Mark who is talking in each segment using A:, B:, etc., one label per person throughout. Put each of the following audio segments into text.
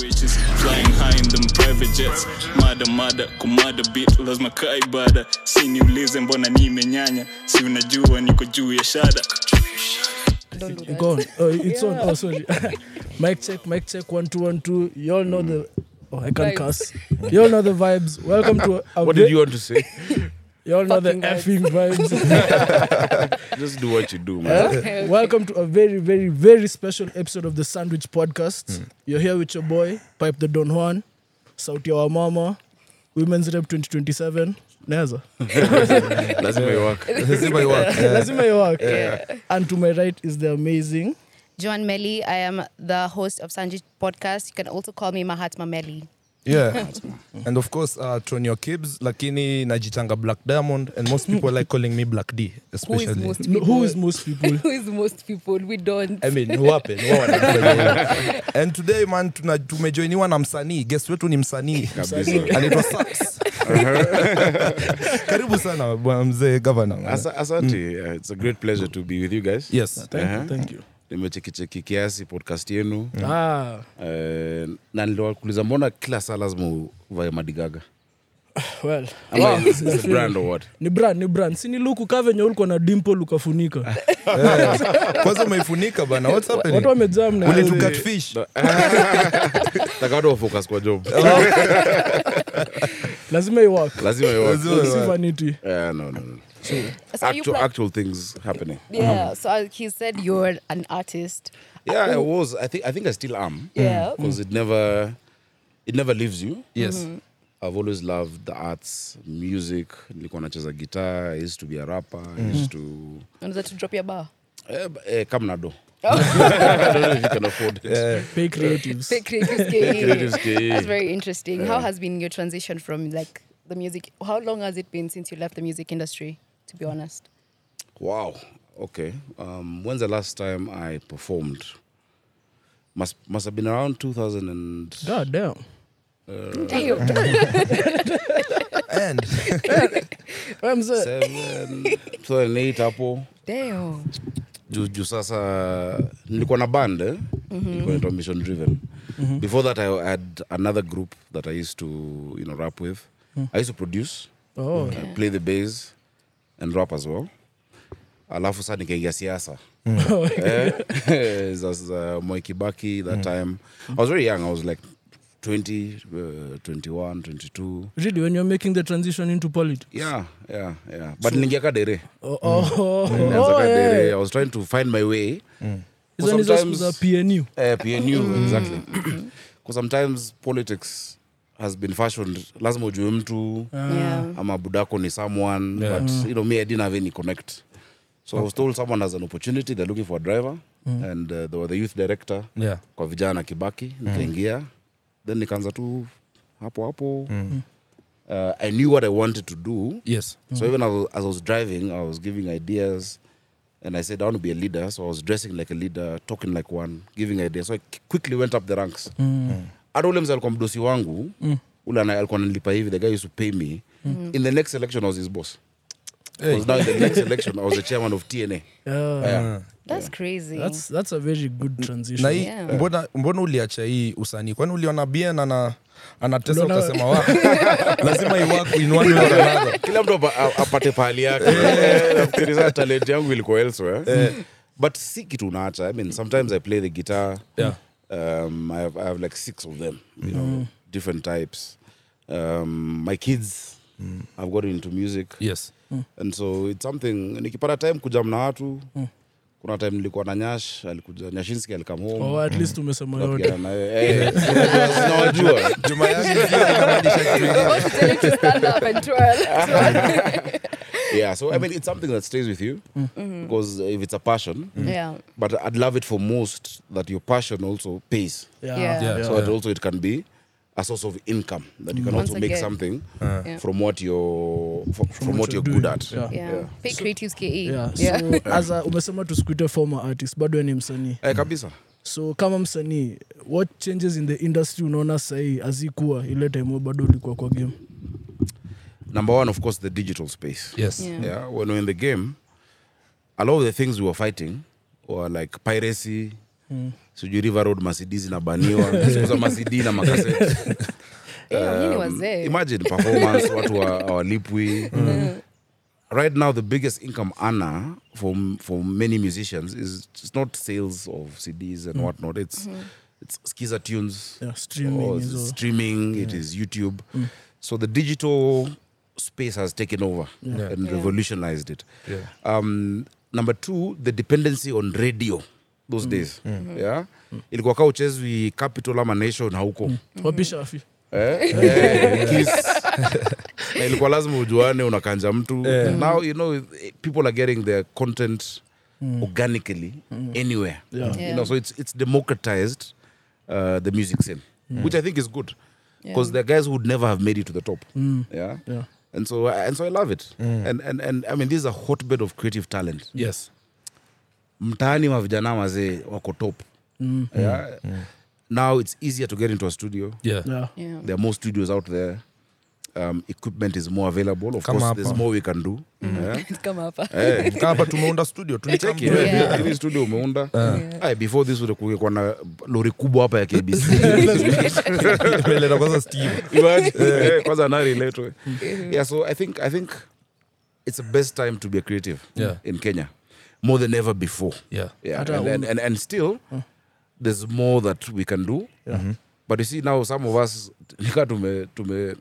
A: Riches flying high in them private jets mada mada kumada bit lazima kaa ibada si niulize mbona nimenyanya si unajua niko juu ya shada
B: Don't do
C: You
B: that.
C: go on. Oh, it's on. Oh, sorry. mic check, mic check. One, two, one, two. You all know the. Oh, I can't
B: Vibes.
C: cuss. You all know the vibes. Welcome to. A
D: What did you want to say?
C: You all know the
B: Fucking
C: effing vibes.
D: Just do what you do, man.
B: Okay.
C: Welcome to a very, very, very special episode of the Sandwich Podcast.
D: Hmm.
C: You're here with your boy, Pipe the Don Juan, Sauti ya Mama, Women's Rep 2027. Neza.
D: Lazima iwaka.
E: Lazima iwake.
C: Lazima you work. And to my right is the amazing.
B: Joan Melly, I am the host of Sanjit Podcast. You can also call me Mahatma Melly.
E: Yeah. and of course uh, tron your kibs lakini najitanga black diamond and most people like calling me black d
B: Who is
E: especially
B: most
C: No,
B: people?
C: who is most people?
B: Who is most people? We don't.
E: I mean, who happened?
D: eh?
E: Who happened? and today man tuna- tumejoiniwa na msanii guest wetu ni msanii
D: Kabisa.
E: anaitwa Sax. karibu sana bwana mzee gavana
D: Asa- Asante. Uh, It's a great pleasure to be with you guys.
E: Mm. yes
C: Thank you,
D: Uh-huh. Hmm.
C: thank you.
D: nimechekicheki kiasi podcast yenu
C: Ah,
D: Eh, na niliwakuliza mbona kila saa lazima uvae madigaga
C: well.
E: Ah.
D: Ama
C: Wow.
D: is this a brand or what?
C: ni brand ni brand sini luku ka venye ulikuwa na dimple
D: Ah,
C: ukafunika
E: Eh, kwanza umeifunika bana what's
C: watu
E: happening
C: wamejaa mna-
E: Will it cut fish
D: Nataka watu wafocus kwa job
E: Ah.
C: lazima iwak
D: lazima iwa-
E: Lazima iwake.
C: vanity
D: Eh, no, no, no.
B: So you
D: Actual,
B: pla-
D: actual things happening
B: yeah. So uh, he said you're an artist.
D: yeah i was i think i think i still am
B: Yeah.
D: because it never it never leaves you
E: yes
B: Mm-hmm.
D: I've always loved the arts, music. Nilikuwa nacheza guitar. I used to be a rapper. I used to
B: Unaweza tu drop your bar.
D: eh, b- eh, come nado. I don't know if you can afford it.
C: pay creatives
B: Fake creatives gay.
D: creatives gay.
B: That's very interesting. How has been your transition from like the music? How long has it been since you left the music industry? To be honest.
D: Wow. Okay. Um, when's the last time I performed? Must must have been around 2000 and
C: god damn
B: Damn.
E: and
C: Wewe mzee
D: seven, 2008 hapo
B: Damn.
D: juu juu sasa nilikuwa na band eh?
C: Mhm.
D: ilikuwa inaitwa mission driven before that i had another group that i used to you know rap with i used to produce
C: Hmm. oh
D: uh, play the bass and rap as well alafu saa nikaingia siasa
C: Hmm.
D: Eh, sasa Mwai Kibaki that
C: Hmm.
D: time i was very young i was like 20 uh, 21 22
C: really when you're making the transition into politics
D: yeah yeah yeah but nilingia ka dere
C: oh, oh, oh,
D: Nilianza
C: oh,
D: ka
C: yeah.
D: dere i was trying to find my way
C: Hizo ni hizo siku
D: Sometimes-
C: za PNU
D: Eh, PNU, exactly. Because sometimes politics has been fashioned. Lazima ujue mtu
B: Yeah.
D: ama budako ni someone but you know me I didn't have any connect. So I was told someone has an opportunity. They're looking for a driver and uh, they were the youth director
E: yeah
D: kwa vijana Kibaki. Nikaingia then nikaanza tu hapo hapo. Uh, I knew what I wanted to do.
E: yes
D: So even as, as I was driving, I was giving ideas, and I said I want to be a leader. So I was dressing like a leader, talking like one, giving ideas. So I qui- quickly went up the ranks. Mm. Hata ule mzee alikuwa mdosi wangu ule ana- alikuwa ananilipa hivi, the guy used to pay me. In the next election, I was his boss. Because now in the next election, I was the chairman of TNA.
C: Yeah,
D: Yeah.
B: That's crazy.
C: that's- that's a very good
E: na
C: transition
E: hii
B: Yeah.
E: mbona, mbona uliacha hii usanii kwani uliona bien ana anatesa
C: Uliona-
E: ukasema wa lazima iwaku inwanaa
D: kila mtu apa- a- apate pahali yake Eh, nafikiri saa talent yangu ilikuwa elsewhere but si kitu unaacha i mean sometimes i play the guitar
E: Yeah.
D: um, I, have, i have like six of them you know different types um, my kids have got into music Mm.
E: yes
D: and so it's something nikipata time kujam na watu kuna time nilikuwa na nyash alikuja nyashinski alikam home
C: oh at least umesema
D: Tukapiga
C: yote
D: na yeye. Eh, sinawajua
E: juma yangu
B: Oh, tell him to stand up and twirl.
D: yeah so i mean it's something that stays with you because if it's a passion
B: Yeah.
D: but I'd love it for most that your passion also pays.
C: Yeah.
B: Yeah. Yeah.
D: So that also it can be a source of income that you can
B: Mm. Once
D: also make
B: again.
D: something
B: Yeah.
D: from what you're from, from,
C: what
D: what
C: you're
D: you're good
C: doing. Yeah.
D: at.
B: Yeah. Fake creatives KE.
C: Yeah,
B: Yeah.
C: so as a, umesema tusikuite former artist bado wewe ni msanii
D: Eh, kabisa.
C: so kama msanii what changes in the industry unaona sahii azikuwa ile time wewe bado ulikuwa kwa game
D: Number one, of course, the digital space.
E: yes
B: Yeah.
D: Yeah, when we're in the game, a lot of the things we were fighting were like piracy, sijui river road masidis inabaniwa sikuza masidi na makaseti
B: Eh, nyinyi
D: Um,
B: wazee Mm.
D: imagine performance watu wa- hawalipwi right now the biggest income earner for, for many musicians is it's not sales of cds and whatnot it's,
B: Mm-hmm.
D: it's skiza tunes
C: Mm. Yeah, streaming
D: or
C: is all. Mm.
D: streaming it is youtube so the digital space has taken over
E: Yeah.
D: and
B: Yeah.
D: revolutionized it
E: Yeah.
D: um, number two the dependency on radio
C: Mm.
D: those days yeah
B: Mm.
D: ilikuwa ka uchezwi capital ama nation hauko
C: Mm. wapisha afi
D: Eh, eh, kiss. Na ilikuwa lazima ujuane unakanja mtu
E: Eh.
D: now you know eh, people are getting their content organically anywhere
C: Yeah.
D: you know so it's, it's democratized uh, the music scene which i think is good because
B: Yeah.
D: there are guys who would never have made it to the top yeah
C: Yeah.
D: and so uh, and so i love it and, and and i mean this is a hotbed of creative talent
E: yes
D: mtaani wa vijana wazee wako top yeah? now it's easier to get into a studio
E: yeah,
C: yeah.
B: yeah.
D: there are more studios out there um, equipment is more available of
E: Kama
D: course
E: hapa.
D: theres more we can do yeah.
B: Kama hapa.
D: Eh,
E: Kaa hapa tumeunda studio
D: check
E: tulicheki
D: it, eh,
B: Yeah.
D: hivi studio umeunda Ay, before this kungekuwa na lori kubwa hapa ya kbc
E: imeleta kwanza steve
D: Imagine. Eh, kwanza anariletwe yeah so i think i think it's the best time to be a creative
E: Yeah.
D: in kenya more than ever before
E: yeah
D: yeah
C: Hata
D: and, and, and, and still there's more that we can do but you see now some of us nika tume tume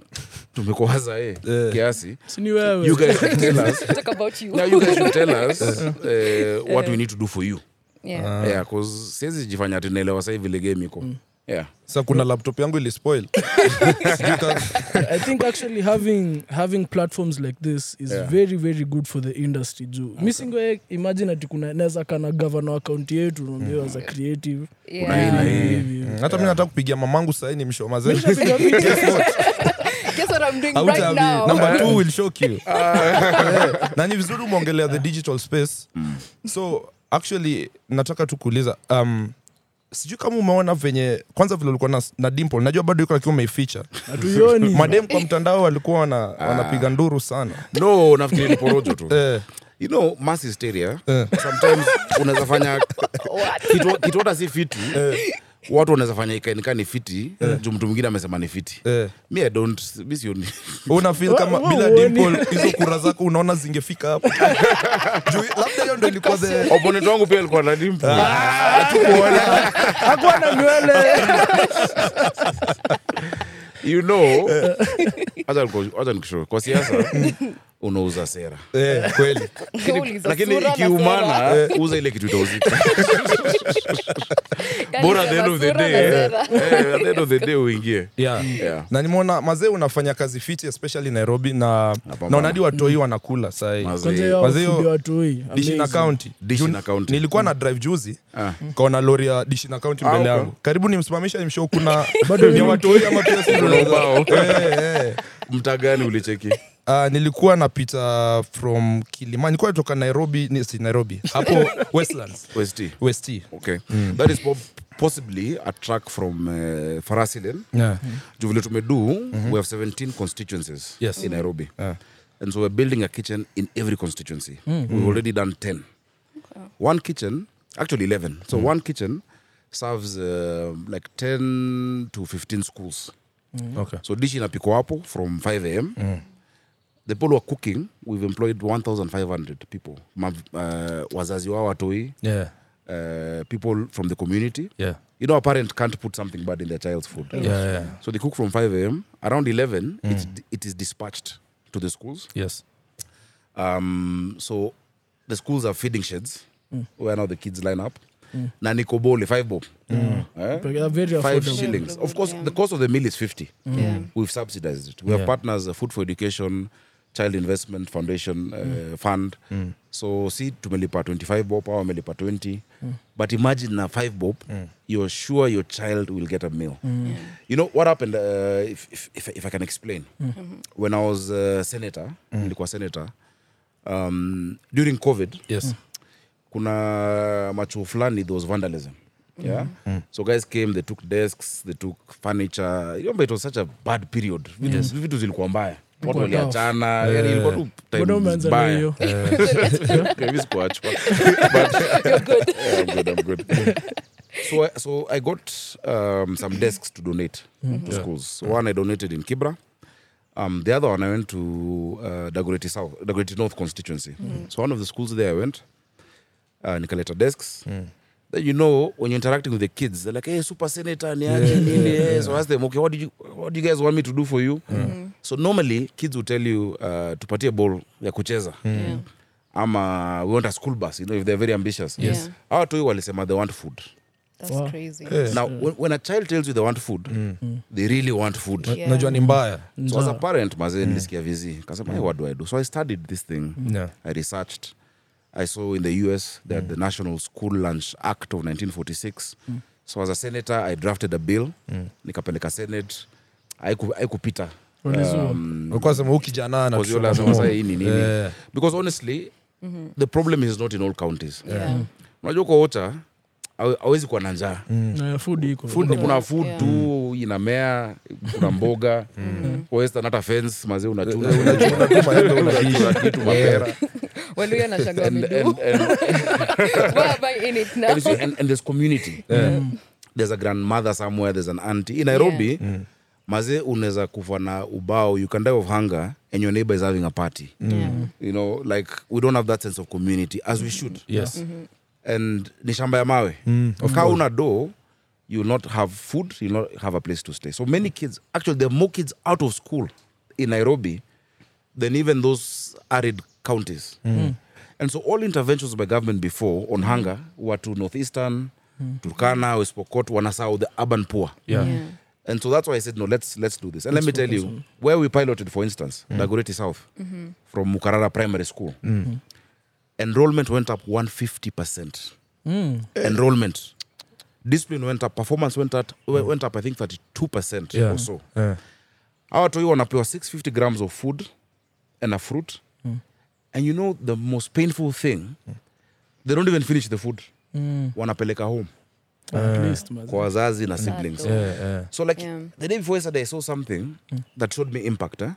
D: tumekoaza eh
E: Eh.
D: kiasi
C: Si ni wewe
D: you guys should tell us
B: Talk about you.
D: now you guys should tell us uh, what we need to do for you
B: Yeah.
D: yeah because siwezi jifanya tunaelewa sasa hivi legame iko yeah
E: sa kuna laptop yangu ilispoil Sijui ka-
C: I think actually having having platforms like this is
D: Yeah.
C: very very good for the industry juu okay. misingo imagine ati kuna naweza kana governor wa kaunti yetu unaambia as a creative
B: Yeah.
C: hivi
E: Mm. hata mi nataka kupigia mamangu sahii ni mshoma
C: Piga picha.
B: Guess what I'm doing right now?
E: number two will shock you Eh, na ni vizuri umeongelea the digital space so actually nataka tu kuuliza um, sijui kama umeona venye kwanza vile ulikuwa na, na dimple najua bado yuko akiwa umeificha
C: hatuioni
E: madem kwa mtandao walikuwa wana, wanapiga nduru sana
D: no nafikiri ni porojo tu
E: eh,
D: you know mass hysteria sometimes unaweza fanya kitu- kitu hata si fiti watu wanaweza fanya ikaenika ni fiti juu mtu mwingine amesema ni fiti
E: eh.
D: mi i don't mi sioni
E: una feel
C: Wa-
E: kama
C: wa-
E: bila
C: uoni.
E: dimple hizo kura zako unaona zingefika hapo Juu labda hiyo ndo ilikuwa the
D: opponent wangu pia alikuwa na dimpu
C: hakuwa na nywele
D: you know acha niko- acha nikushoe kwa siasa unauza sera
E: eh, kweli
B: Goal is a
D: lakini
B: sura na sera.
D: ikiumana eh, uza ile kitu itauzika
B: Yaani
D: bora at the
B: sema
D: end of the
B: sura na
D: day
B: sera.
D: eh, at the end of the day uingie
E: yeah.
D: Yeah.
E: na nimeona mazee unafanya kazi fiti especially nairobi na
D: Napambana.
E: naona hadi watoi wanakula sahii
D: Mazee.
C: kwanza hiyo
E: Wazee-
C: wafundi watoi
E: dishina kaunti
D: Dish
E: Juu
D: na county.
E: nilikuwa na drive juzi
D: Ah.
E: kaona lori ya dishina kaunti mbele
D: okay.
E: yangu karibu nimsimamisha nimshow kuna
C: Bado
E: ni
C: ni-
E: watoi ama pia si
D: Kuna ubao.
E: Eh, eh.
D: mtaa gani ulicheki
E: Ah, nilikuwa napita from kilima nilikuwa natoka nairobi ni, si nairobi hapo westlands
D: west
E: west E.
D: okay
E: Mm.
D: that is po- possibly a track from uh, farasilen
E: yeah.
D: juu vile tumedu we have 17 constituencies
E: Mm-hmm. Mhm. Yes.
D: in nairobi
E: Yeah.
D: and so we're building a kitchen in every constituency
E: Hmm.
D: we've already done 10 one kitchen actually 11 so
E: Hmm.
D: one kitchen serves uh, like 10 to 15 schools
E: okay.
D: so dish inapikwa hapo from 5 am
E: Hmm.
D: the people who are cooking we've employed 1500 people Ma, uh, wazazi wao watoi
E: yeah.
D: uh, people from the community
E: Yeah.
D: you know a parent can't put something bad in their child's food
E: Yeah, yeah. Hmm.
D: so they cook from 5 a.m around 11 it's, it is dispatched to the schools
E: yes
D: um, so the schools are feeding sheds where now the kids line up na nikobole 5 bob Eh?
C: very
D: five
C: affordable
D: shillings. Of course, the cost of the meal is 50.
B: Yeah.
D: We've subsidized it. We have
E: Yeah.
D: partners, uh, Food for Education, Child Investment Foundation uh, Fund. So, see, tumelipa 25 bob, our melipa 20. But imagine a five bob, you're sure your child will get a meal. You know what happened, uh, if, if, if, if I can explain. When I was uh, senator, nilikuwa senator, um, during COVID,
E: yes
D: kuna machuo fulani there was vandalism
C: Mm-hmm.
D: yeah
C: Mm.
D: so guys came they took desks they took furniture You remember it was such a bad period vitu, vitu zilikuwa mbaya watu
C: tough.
D: waliachana yani ilikuwa tu
C: mbona
D: time
C: umeanza na
D: mbaya.
C: hiyo
D: Okay, mi sikuachwa. But- Yeah, I'm good, I'm good. so, I- so I got um, some desks to donate to schools. So one I donated in Kibra. Um, the other one I went to uh, Dagoretti South, Dagoretti North constituency. So one of the schools there I went, uh, Nicoleta desks. Then you know when you're interacting with the kids, they're like, "Hey, super senator, ni aje, nini?" Eh, So I ask them, "Okay, what do you what do you guys want me to do for you?" So normally kids will tell you uh, tupatie ball ya kucheza
B: Yeah.
D: ama we want a school bus, you know, if they're very ambitious.
B: Yes. Yeah.
D: Our two walisema they want food.
B: That's
C: Wow.
B: crazy.
E: Eh,
D: Now,
E: Mm.
D: when, when a child tells you they want food, they really want food.
B: Yeah.
E: najua ni mbaya
D: So as a parent,
E: Mm.
D: mazee nilisikia vizi. Kasema, "Hey, what do I do? So I studied this thing.
E: Yeah. Mm.
D: I researched. I saw in the US that the National School Lunch Act of 1946. So as a senator, I drafted a bill.
E: Mm.
D: Nikapeleka Senate. Haiku- Haikupita. Um,
E: ulikuwa sema huu kijana ana Eh.
D: Because you're
E: tushoka
D: lazima
E: moyo."
D: say hii ni nini.
E: Yeah.
D: Because honestly, the problem is not in all counties.
B: Yeah.
D: Unajua kwa water, hawe- hawezi kuwa na njaa.
C: Na food iko.
D: food ni kuna food
B: Yeah.
D: tu inamea kuna mboga western hata fence mazee unachuna
E: Unachuna tu maembe,
D: unachuna kitu mapera
B: Waluya na Shagwa
D: and,
B: wamedu.
D: and, and,
B: Why am I in it now?
D: and, it's- and, and there's community there's a grandmother somewhere there's an auntie in nairobi
B: Yeah.
D: mazee unaweza kufa na ubao you can die of hunger and your neighbor is having a party
B: Yeah.
D: you know like we don't have that sense of community as we should
E: Yes.
D: and ni shamba ya mawe mm, ka una do you'll not have food you'll not have a place to stay so many kids actually there are more kids out of school in nairobi than even those arid counties and so all interventions by government before on hunger were to northeastern turkana west pokot wanasau the urban poor
E: Yeah.
B: Yeah.
D: and so that's why I said, no, let's let's do this. And let me tell you, where we piloted, for instance,
E: Mm.
D: Dagoretti South, from Mukarara Primary School,
E: Mm.
D: enrollment went up 150%.
E: Mm.
D: Enrollment. Discipline went up, performance went up, went up I think 32%
E: Yeah.
D: or so.
E: Yeah.
D: Our toy wanapewa 650 grams of food and a fruit.
E: Mm.
D: And you know the most painful thing, they don't even finish the food.
E: Mm.
D: Wanapeleka home
C: At least, man.
D: kwa wazazi na siblings.
E: Yeah, yeah.
D: So like
B: Yeah.
D: the day before yesterday, I saw something that showed me impact. Eh?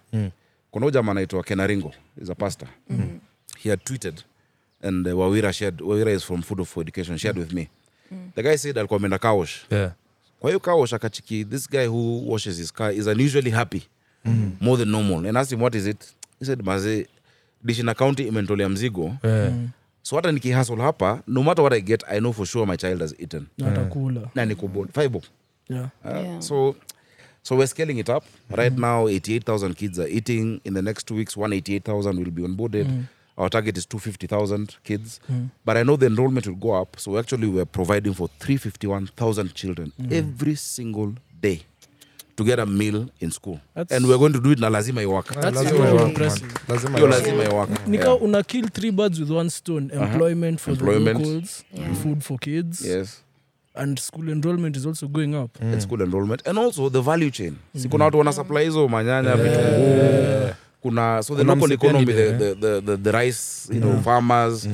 D: Kuna huyu jamaa anaitwa Kenaringo, is a pastor. He had tweeted and uh, Wawira shared, Wawira is from Food for Education, shared with me. The guy said alikuwa ameenda car wash.
E: Yeah.
D: Kwa hiyo car wash akachiki, this guy who washes his car is unusually happy, more than normal. And asked him what is it? He said, maze, dishi na county imenitolea mzigo.
E: Yeah.
D: So hata nikihustle hapa, no matter what I get, I know for sure my child has eaten.
C: Na atakula.
D: Na niko bon- five bob.
C: Yeah. Mm-hmm.
D: Uh,
B: Yeah.
D: So, so we're scaling it up. Right now, 88,000 kids are eating. In the next two weeks, 188,000 will be onboarded.
C: Mm.
D: Our target is 250,000 kids. But I know the enrollment will go up. So actually, we're providing for 351,000 children
C: Mm.
D: every single day to get a meal in school.
C: That's-
D: and we're going to do it na lazima iwaka.
C: That's
E: Lazima
B: really
E: iwaka,
C: impressive.
E: man. Lazima
D: Hiyo
E: iwaka.
D: lazima iwaka.
C: nika
D: Yeah.
C: una kill three birds with one stone employment for
D: Employment.
C: the locals
B: Yeah.
C: food for kids
D: Yes.
C: and school enrollment is also going up
E: Hmm.
D: and school enrollment and also the value chain si kuna watu wana supply hizo manyanya vitunguu kuna so the
E: Kuna
D: local
E: msepeni
D: economy the,
E: there, Hmm.
D: the, the, the, the rice you know, farmers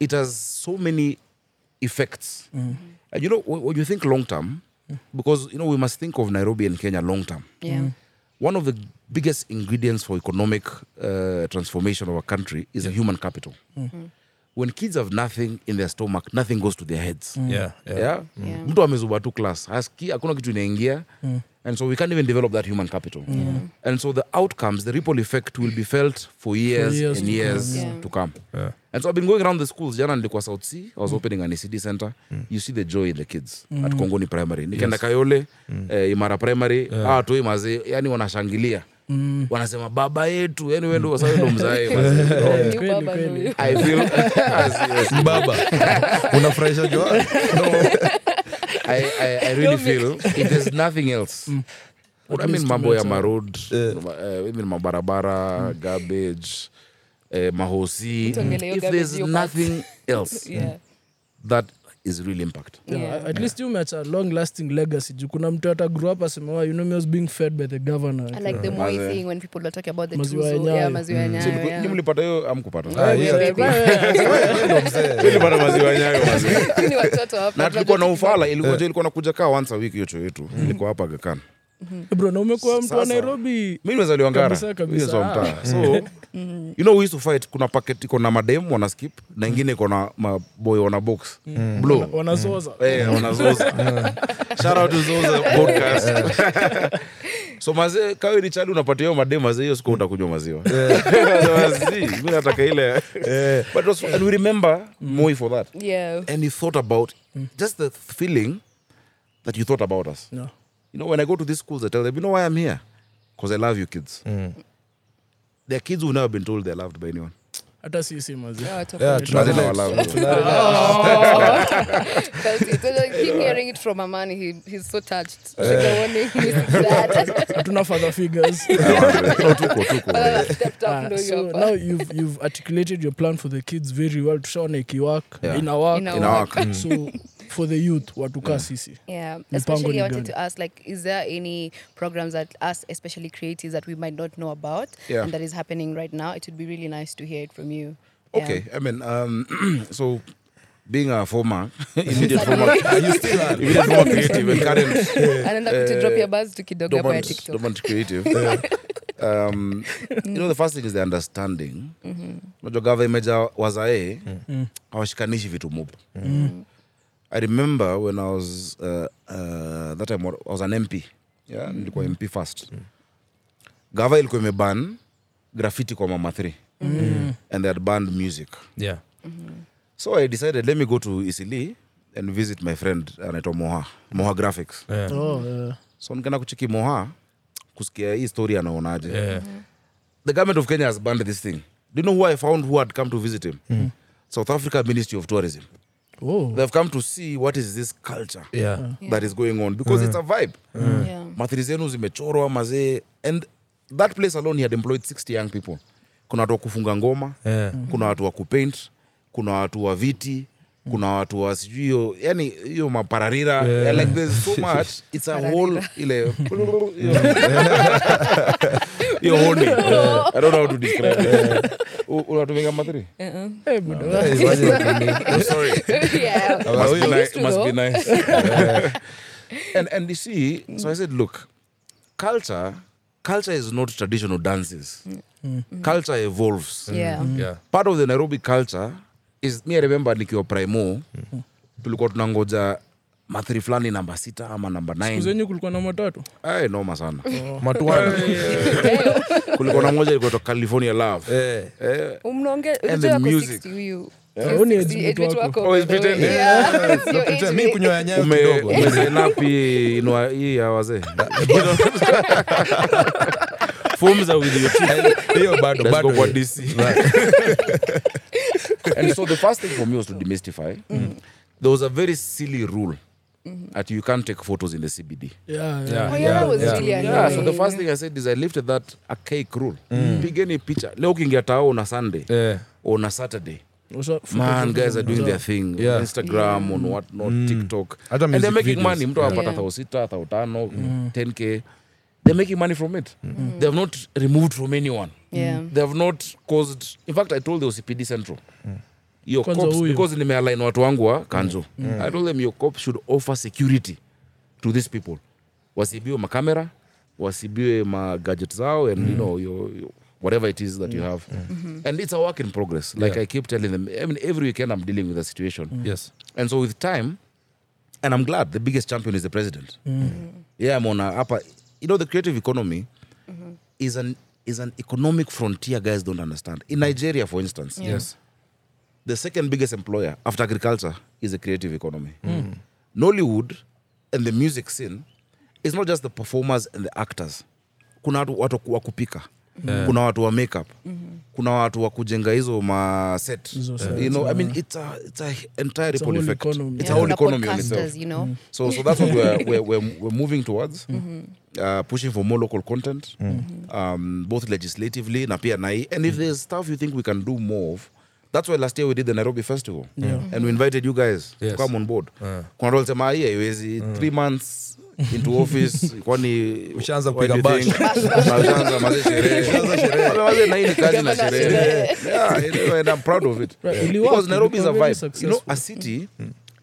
D: it has so many effects
E: Hmm.
D: and you know when, when you think long term because you know we must think of nairobi and kenya long term
B: Yeah.
D: one of the biggest ingredients for economic uh, transformation of a country is a human capital
E: Hmm.
D: when kids have nothing in their stomach nothing goes to their heads
E: Yeah, yeah.
D: yeah? Mm.
B: Yeah.
D: mtu amezuba tu class haski hakuna kitu inaingia and so we can't even develop that human capital and so the outcomes the ripple effect will be felt for years,
C: years
D: and
C: to
D: years
B: come. Yeah.
D: to come
E: Yeah.
D: and so i've been going around the schools jana nilikuwa south sea i was opening an ecd center you see the joy in the kids at kongoni primary nikaenda kayole eh, imara primary yeah. ah, toi mazee yani wanashangilia wanasema baba yetu yani wendo wasawendo mzae mazee.
B: New
C: Kweli,
B: Baba
C: kweli.
B: Luya.
D: i feel
E: baba unafurahisha jua
D: I, I, I really
B: Don't make-
D: feel if there's nothing else. What I mean,
C: least
D: mambo ya
C: tumeweza-
D: maroad, uh, I mean mabarabara, garbage, uh, mahosi.
B: Tuongelee hiyo
D: If
B: garbage
D: there's
B: hiyo part.
D: nothing else,
B: Yeah.
D: that is real impact.
C: Yeah,
B: Yeah.
C: at least you match a long lasting legacy juu kuna mtu ata grow up asemewa you know me I was being fed by the governor
B: I like the Moi
D: Maziwa.
B: thing when people are talking about the
C: Maziwa ya
B: Tuzo.
C: Nyayo.
B: Yeah, maziwa ya Nyayo,
D: So, mliku-
B: yeah.
D: nyi mlipata hiyo amkupata
E: Ah, yeah.
D: Nilipata maziwa nyayo maziwa.
B: Lakini watoto hapa
D: na tulikuwa na
B: tunajua-
D: Eh. Mm. ufala ilikuwa ilikuwa nakuja kaa once a week hiyo choo yetu ilikuwa hapa gakan
C: bro na umekuwa mtu wa
D: Sasa.
C: nairobi
D: mi nimezaliwa ngara
C: Kabisa, kabisa.
D: Hiyo za mtaa so you know we used to fight kuna packet iko na madem wana skip na ingine iko na maboy wana box
C: Mm.
D: blow
C: wanazoza
D: Eh, wanazoza Shout out to Zoza podcast so mazee kawe ni chali unapatia hiyo madem mazee hiyo siku utakunywa maziwa Mazee, mi nataka ile but it was, and we remember Moi for that
B: Yeah.
D: and he thought about just the feeling that you thought about us
C: No.
D: You know, when I go to these schools, I tell them, you know why I'm here? Because I love you kids. They're kids who've never been told they're loved by anyone.
C: hata sisi mazi
B: No, it's okay.
E: Yeah,
D: As in,
E: Right.
D: our love.
B: Because it's like him hearing it from a man, he, he's so touched. Trigger warning, Mrs. Dad.
C: hatuna father figures
D: No, tuko, tuko. eh.
B: Stepped up,
C: Ah,
B: no,
C: so
B: you're
C: now you've, you've articulated your plan for the kids very well tushaona ikiwak
D: Yeah. Mm.
C: inawak
B: Ina-
D: In our-
C: so for the youth watukaa sisi
B: Yeah,
C: Mpango
B: especially
C: ni
B: I wanted
C: gani?
B: to ask, like, is there any programs that us, especially creatives, that we might not know about
D: Yeah.
B: and that is happening right now? It would be really nice to hear it from you. Yeah.
D: Okay, I mean, um, so being a former, immediate former, immediate former creative and current
B: And then to drop your
D: Uh,
B: buzz to kidogo hapo ya
D: dormant,
B: TikTok.
D: dormant creative. um, you know, the first thing is the understanding. Unajua gava imeja wazae eh, hawashikanishi vitu mob. I remember when I was uh, uh, that time I was an MP. Yeah, nilikuwa MP first. Gava ilikuwa imeban graffiti kwa Mama 3 and they had banned music.
E: Yeah.
D: So I decided let me go to Isili and visit my friend anaitwa Moha, Moha Graphics.
E: Yeah.
C: Oh, yeah.
D: so nikaenda kucheki moha kusikia hii story anaonaje
E: Yeah.
D: the government of kenya has banned this thing do you know who i found who had come to visit him
E: Mm-hmm.
D: south africa ministry of tourism
C: Oh.
D: they've come to see what is this culture
E: Yeah. Mm-hmm.
D: that is going on because it's a vibe
B: Yeah.
D: mathiri zenu zimechorwa mazee and that place alone he had employed 60 young people kuna watu wa kufunga ngoma
E: Yeah.
D: kuna watu wa kupaint kuna watu wa viti kuna watu wa sijui hiyo yani hiyo mapararira yeah. like there's so much it's a whole ile hiyo honi i don't know how to describe it U- unatumika mathiri
C: Eh, buda.
D: I'm Oh, sorry
B: Yeah.
D: must be,
B: I
D: ni-
B: used to
D: must
B: though.
D: be nice. and and you see, so I said, look, culture, culture is not traditional dances.
B: Mm.
D: Culture evolves.
B: Yeah.
C: Mm.
E: Yeah.
D: Part of the Nairobi culture is me. I remember nikiwa primo, tulikuwa tunangoja mathiri fulani namba sita ama namba
C: Siku
D: 9
C: zenyu kulikuwa na matatu
D: Ay, noma sana
E: Matuana.
D: kulikuwa na moja ilikuwa toka california love
E: Eh.
B: Umnonge- ujue
D: And the
B: ako
D: music.
B: 60 huyu.
C: Only age
B: 60, age
C: mtu
B: wetu
C: wako.
B: wako,
D: Oh, it's
B: by the way.
D: pretending.
B: Yeah. It's your age
E: Pretend- Mi
B: mate.
E: kunywa ya nyayo
D: ume
E: kidogo.
D: umezenapi inua hii ya wazee Forms are with you too.
E: Hiyo bado
D: Let's go
E: bado.
D: kwa
E: eh.
D: DC. and so the first thing for me was to demystify. There was a very silly rule that you can't take photos in the CBD.
C: Yeah, yeah.
E: Yeah.
B: Oh, yeah, that was
E: Yeah. Mm.
B: really
D: Yeah, so the
B: annoying.
D: first thing I said is I lifted that archaic rule. Pigeni picha. Leo ukiingia tao on a Sunday
E: Eh.
D: on a Saturday.
C: Usha-
D: Man, guys are doing their thing
E: Yeah. Mm.
D: on Instagram, on whatnot, TikTok.
E: Hata
D: and they're
E: music
D: making
E: videos. Mm.
D: money. Mtu anapata
B: Yeah.
D: thao sita, thao tano, 10K. They're making money from it. They have not removed from anyone.
B: Yeah.
D: they have not caused in fact i told the ocpd central
E: Mm.
D: your
C: Kwanza
D: cops,
C: huyo.
D: because nimealign watu wangu wa kanjo
E: Mm.
D: i told them your cop should offer security to these people wasibiwe makamera wasibiwe magadget zao and
E: Mm.
D: you know your, your, whatever it is that you have and it's a work in progress like
E: Mm-hmm. Yeah. Mm.
D: i keep telling them i mean every weekend i'm dealing with a situation
E: Yes.
D: and so with time and i'm glad the biggest champion is the president
E: Mm.
D: Mm. yeah i'm on a upper you know the creative economy is an is an economic frontier guys don't understand in nigeria for instance
E: Mm. Yes.
D: the second biggest employer after agriculture is the creative economy
C: Hmm.
D: nollywood and the music scene is not just the performers and the actors kuna watu- watu wa kupika kuna watu wa makeup kuna watu wa kujenga hizo ma set
C: Mm-hmm. Hizo
D: you know i mean it's a it's a entire
C: a
D: ripple
C: whole
D: effect
C: economy.
D: it's
B: Yeah,
D: a
B: kuna
D: whole economy on
B: podcasters,
D: itself
B: you know.
D: so so that's what we're we're, we're, we're moving towards uh, pushing for more local content
E: Mm-hmm.
D: um, both legislatively na pia nai and if there's stuff you think we can do more of that's why last year we did the nairobi festival and we invited you guys
E: Mm-hmm. Yes.
D: to come on board
E: Yeah. Mm.
D: kuna rolisema haiwezi three months into office kwani
E: Ushaanza
D: why do you
E: kupiga
D: think- Na ushaanza mazee sherehe. Wale wazee na hii ni kazi na sherehe Yeah, you know, and I'm proud of it
C: Right,
D: Yeah.
C: iliwork,
D: Because Nairobi is a
C: ilikuwa
D: vibe.
C: very
D: You know,
C: successful.
D: a city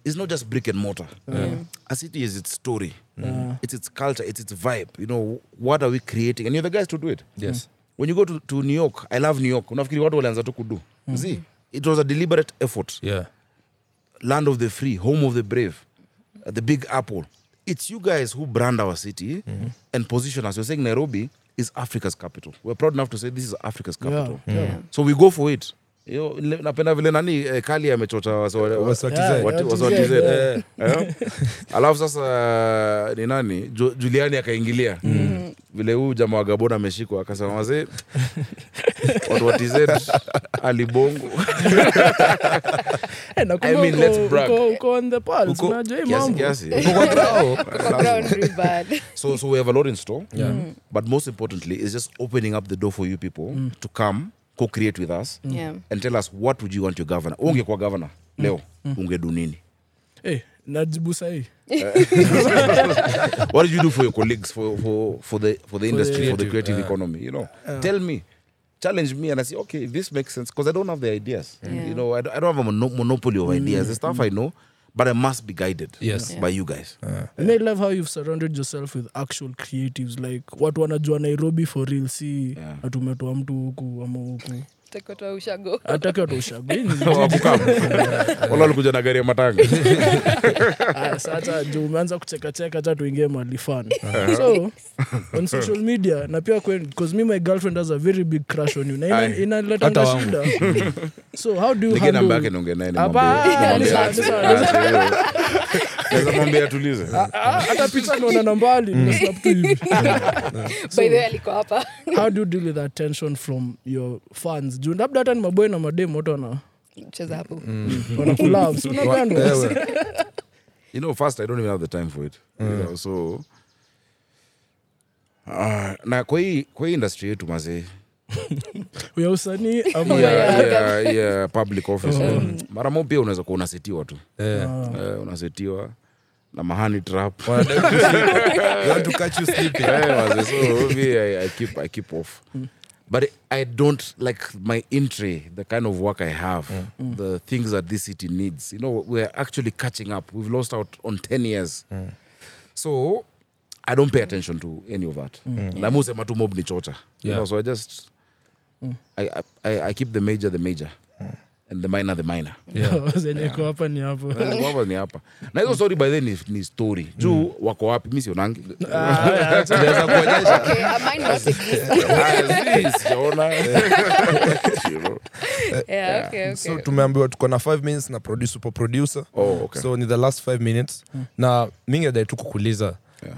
D: it's not just brick and mortar. A city is its story. It's its culture. It's its vibe. You know, what are we creating? And you're the guys to do it.
E: Yes.
D: When you go to, to New York, I love New York. Unafikiri watu walianza tu kudu. See, it was a deliberate effort.
E: Yeah.
D: Land of the free, home of the brave, uh, the big apple. It's you guys who brand our city and position us. You're saying Nairobi is Africa's capital. We're proud enough to say this is Africa's
C: yeah,
D: capital.
C: yeah.
D: So we go for it. Yo, le- napenda vile nani eh, kali amechota wasa- wa-
E: Wasa wa TZ.
C: Yeah,
D: Wati-
C: yeah,
D: wasa wa
C: TZ,
D: TZ, eh. Eh. alafu sasa ni nani Ju- juliani akaingilia
C: Mm.
D: vile huu jamaa wa gabon ameshikwa akasema wazee watu wa tz alibongo
C: Eh, nakumbuka
D: I mean,
C: uko-
D: let's brag.
C: uko- uko on the pulse,
E: Uko-
C: unajua hii
D: kiasi
C: mambo.
D: kiasi
B: Kwa ground real bad.
D: so, so we have a lot in store
E: Yeah. Mm.
D: but most importantly it's just opening up the door for you people
E: Mm.
D: to come co-create with us
B: Yeah.
D: and tell us what would you want your governor ungekuwa governor
E: Mm.
D: leo ungedu nini
C: Eh, najibu sahii
D: what did you do for your colleagues for for for the for the industry for the
E: creative,
D: creative
E: yeah.
D: economy you know tell me challenge me and i say okay this makes sense because i don't have the ideas
B: Yeah.
D: you know I don't, I don't have a mono- monopoly of ideas the stuff i know but i must be guided
E: Mm. Yes.
D: by you guys
C: And I love how you've surrounded yourself with actual creatives like watu wanajua nairobi for real si
D: Yeah.
C: atumetoa mtu huku ama huku
B: Takotoa ushago.
C: hataki watu ushagwini
D: Wakukam. Wala walikuja na gari ya matanga
C: sasa ju umeanza kuchekacheka hata tuingie mali fan so on social media na pia because me my girlfriend has a very big crush on you na ina-
D: Aye.
C: inaletanga
E: Hata
C: shida so how do you
D: nige namba yake
C: handle
D: niongee naye
C: Hapana,
D: nimwambie-
C: sawa, sawa.
D: nimwambie naweza mwambie atulize
C: Ah, hata picha naona na mbali nimesnap tu hivi
B: By the way, alikuwa hapa.
C: how do you deal with that tension from your fans juu labda hata ni maboy na mademu watu wana
B: Cheza hapo.
D: Mm.
C: wanakulove si unapendwa
E: Ewe.
D: you know first i don't even have the time for it
C: Mm.
D: you know, so uh, na kwa hii kwa hii industry yetu mazee
C: ya usanii ama
D: ya,
B: Yeah.
D: ya, ya public office
C: Mm.
D: mara mo pia unaweza kuwa unasetiwa tu
E: Eh.
D: Eh, unasetiwa na mahani trap
E: Wanadai kushika. They want to catch you sleeping.
D: Eh, mazee, so me, I, I keep, I keep off but i don't like my entry the kind of work i have the things that this city needs you know we're actually catching up we've lost out on 10 years so i don't pay attention to any of that namusema tu mob ni chota you
E: Yeah.
D: know, so i just I, I- I, I keep the major the major and the minor the minor
E: Yeah.
C: zenye ko hapa ni hapo
D: hapa ni hapa na hizo story by then ni, ni story juu wako wapi mi sionangi
E: Naweza kuonyesha.
B: Okay, I might not take this.
D: Ah, si, sijaona. You know.
B: Yeah, okay, okay.
E: so tumeambiwa tuko na 5 minutes na produce upo producer
D: Oh, okay. Hmm.
E: so ni the last 5 minutes na mingedai tu kukuuliza
D: Yeah.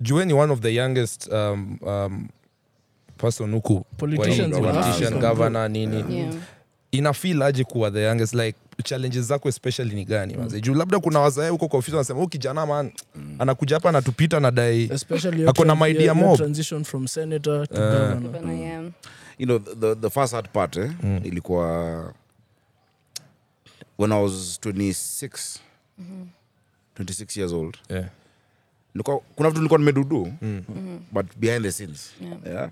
E: jue ni one of the youngest um, um, person huku
C: Politicians
E: Wa-
D: in
E: politician
D: Africa.
E: governor nini
B: Yeah.
E: ina feel aje kuwa the youngest like challenges zako especially ni gani mazee juu labda kuna wazae huko kwa ofisi wanasema huyu kijana man
D: Hmm.
E: anakuja hapa anatupita na dai
C: especially
E: Ako na
C: your
E: my
C: tran-
E: dear
C: your
E: mob.
C: transition from senator to governor
B: Bana,
D: Mm.
B: yeah.
D: you know the, the, the first hard part eh,
C: Mm.
D: ilikuwa when i was 26 26 years old
E: yeah.
D: nilikuwa kuna vitu nilikuwa nimedudu
C: Mm.
D: but behind the scenes yeah.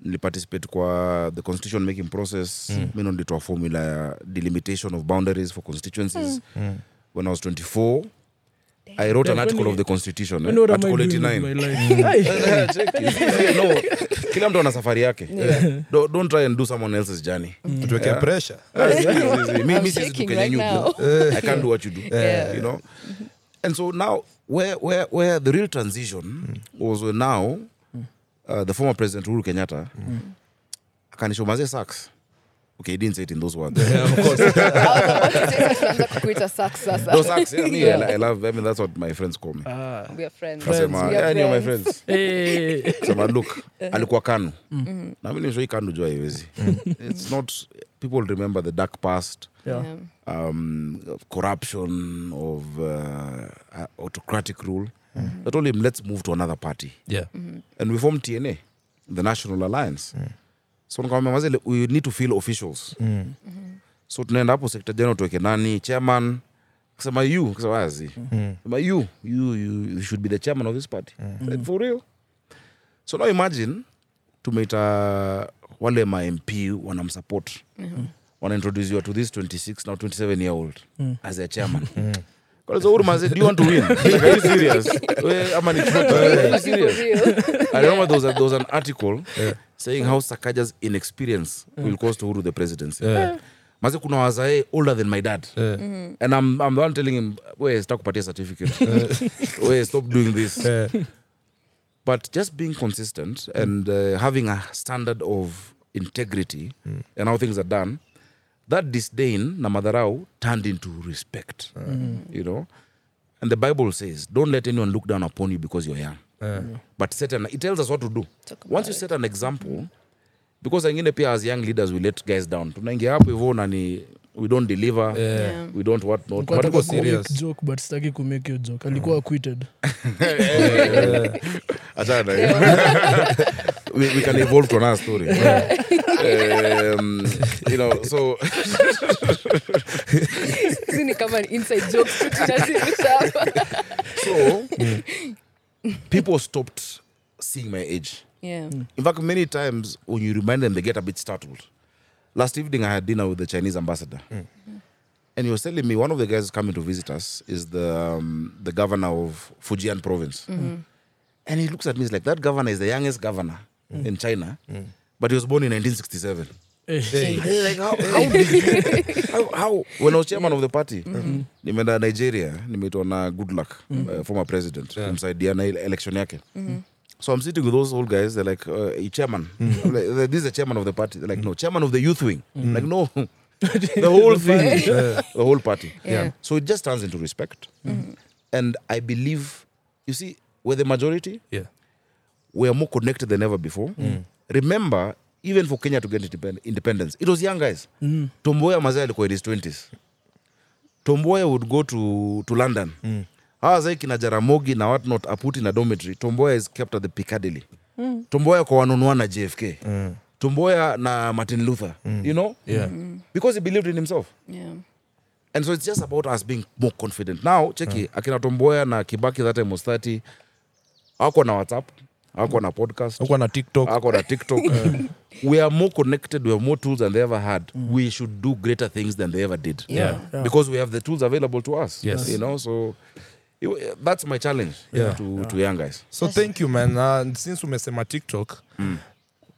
D: niliparticipate kwa the constitution making process mm. mi ndo nilitoa formula ya delimitation of boundaries for constituencies
C: Mm.
D: when i was 24 i wrote an
C: Damn,
D: article
C: when
D: of the constitution
C: I
D: eh,
C: know what am I
D: article
C: doing with my
D: 89
C: life. Aye.
D: Yeah, check it. no, kila mtu ana safari yake yeah. don't, don't try and do someone else's journey
E: tuwekea pressure
B: Mm. I'm
D: me
B: shaking
D: siziduke
B: right
D: nyenye
B: now.
D: i can't do what you do you know and so now where, where, where the real transition
B: Mm.
D: was when now uh, the former president uhuru kenyatta
B: Mm.
D: akanishomaze sax okay he didn't say it in those words
B: Tunaanza kukuita sucks
D: no
B: sasa.
D: sax yeah, me, I, li- I love i mean that's what my friends call me
B: We are Uh, friends.
D: kasema
B: We are
D: yeah, you're my
B: friends.
D: friends
C: Eh,
D: sema look alikuwa kanu na mi nishoi kanu jua iwezi it's not people remember the dark past
C: yeah.
B: Yeah.
D: um, of corruption of uh, uh, autocratic rule i told him let's move to another party
E: yeah.
D: and we formed tna the national alliance so nikamwambia mazele we need to feel officials Mm-hmm. so tunaenda hapo sekta general tuweke nani chairman kasema you kasema azi kasema you, you you you should be the chairman of this party Like, for real so now imagine tumeita wale mamp wanamsupport wanaintroduciwa to this 26 now 27 year old as a chairman Kwa hiyo Uruma said, do you want to win? Like, are you serious? Wewe, ama ni choto? Are you serious?
B: oh.
D: I remember there was, a, there was an article saying how Sakaja's inexperience will cost Uhuru the presidency. Maze kuna wazae older than my dad. And I'm, I'm the one telling him, we sitakupatia certificate. we stop doing this.
E: Eh,
D: But just being consistent and uh, having a standard of integrity and how things are done, that disdain, Namadharau, turned into respect.
B: Hmm.
D: You know? And the Bible says, don't let anyone look down upon you because you're young. But set an, it tells us what to do.
B: Talk about
D: Once you
B: it.
D: set an example, because ingine pia as young leaders we let guys down. Tunaingia hapo hivyo na ni we don't deliver,
B: Yeah.
D: we don't what not.
C: Nilikuwa
D: But
E: tuko
C: nataka
D: because
C: kumake
E: serious.
C: joke, but sitaki kumake hiyo joke alikuwa acquitted
D: Achana. we, we can evolve to another story. um, you know, so
B: Hizi ni kama ni inside jokes tu tunazirusha hapa.
D: so people stopped seeing my age.
B: Yeah.
D: In fact, many times when you remind them, they get a bit startled. Last evening, I had dinner with the Chinese ambassador, and he was telling me one of the guys coming to visit us is the um, the governor of Fujian province, Mm-hmm. and he looks at me he's like that governor is the youngest governor in China, but he was born in 1967.
C: Eh.
D: Mm-hmm. Hey, like how, how did you, how, how when I was chairman of the party nimeenda nigeria nimeitwa na good luck uh, former president kumsaidia na ile election yake so i'm sitting with those old guys they're like uh, "You chairman I'm like, this is the chairman of the party they're like no chairman of the youth wing like no the whole thing Hmm. the whole party Hmm.
B: Yeah.
D: so it just turns into respect and i believe you see we're the majority
E: yeah.
D: we are more connected than ever before. Remember, even for Kenya to get independ- independence, it was young guys. Mm. Tomboya Mazai alikuwa in his 20s. Tomboya would go to, to London. Mm. Hawa zai kina Jaramogi na whatnot aputi na dormitory. Tomboya is kept at the Piccadilly. Mm. Tomboya kwa wanunua na JFK. Mm. Tomboya na Martin Luther. Mm. You know?
E: Yeah.
D: Because he believed in himself.
B: Yeah.
D: And so it's just about us being more confident. Now, cheki, akina Tomboya na Kibaki that time was 30. Hawako na WhatsApp. Hawako na podcast
E: Hakuwa na tiktok
D: ako na tiktok Uh, we are more connected we have more tools than they ever had we should do greater things than they ever did
E: Mm. Yeah.
C: Yeah.
D: because we have the tools available to us
E: Yes.
D: you know so it- that's my challenge
E: Yeah.
D: to, to young guys
E: so thank you man uh, since umesema tiktok
D: Mm.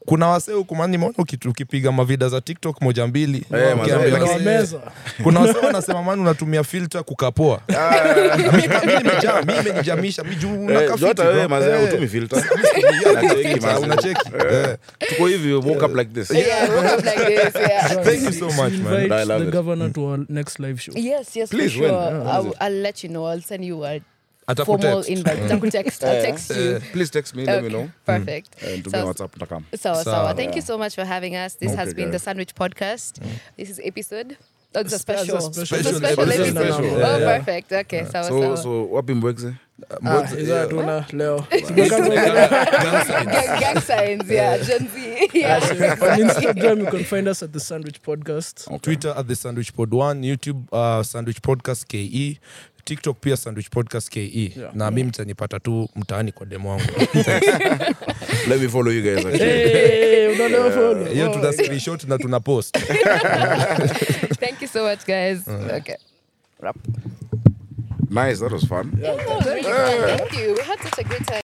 E: kuna wasee hukumani nimeona uki- ukipiga mavida za tiktok moja mbili
D: Eh, mazee,
E: Ukiambia
D: lakini-
E: wasee-
C: Wameza.
E: kuna wasee wanasema mani unatumia filter kukapoa
D: Ah.
E: Mi ka- mi nimejaa, mi imenijamisha mi juu unakaa fiti,
D: Jota,
E: bro.
D: wewe, Eh, mazee,
E: Eh,
D: hutumi filter.
E: filter,
D: Unacheki, mazee.
E: unacheki Eh,
D: tuko hivi woke up like this
B: Yeah, I woke up like this, yeah.
E: thank you so
C: We
E: much man Mm.
C: invite
D: I love
C: the
D: it.
C: governor to our next live show
B: Yes, yes,
D: Please,
B: for sure.
D: when? Yeah, what is
B: I'll,
D: it?
B: I'll let you know. I'll send you a formal
E: atakutext
B: invite. I'll text, I'll text you.
D: Uh, please text me let me
B: Okay,
D: know Mm.
B: Perfect.
D: and to me
B: Sawa-
D: whatsapp nitakam
B: Sawa,
E: Sawa.
B: sawa. Thank you so much for having us. This has
D: Okay,
B: been the
D: guys.
B: Sandwich Podcast. This is episode. Oh, it's a
C: Spe-
B: special.
C: it's a special
B: It's a
E: episode.
B: special
E: Special
B: episode.
E: number.
B: Oh,
E: Yeah.
B: perfect. Okay, sawa,
D: so
B: sawa.
D: so wapi mbwekze
C: Ah, is that una leo
B: Gang, gang signs, yeah. Gen Z. Yeah.
C: on instagram you can find us at the sandwich podcast
E: twitter at the sandwich pod 1 youtube uh, sandwich podcast ke tiktok pia sandwich podcast ke
C: Yeah.
E: na mi mtanipata tu mtaani kwa demo wangu
D: let me follow you guys actually
C: hey, unalewa follow
E: hiyo
B: Oh,
E: tuna screenshot na tuna post
B: Thank you so much, guys. Okay.
D: nice that was fun
B: Really fun. Thank you. We had such a great time.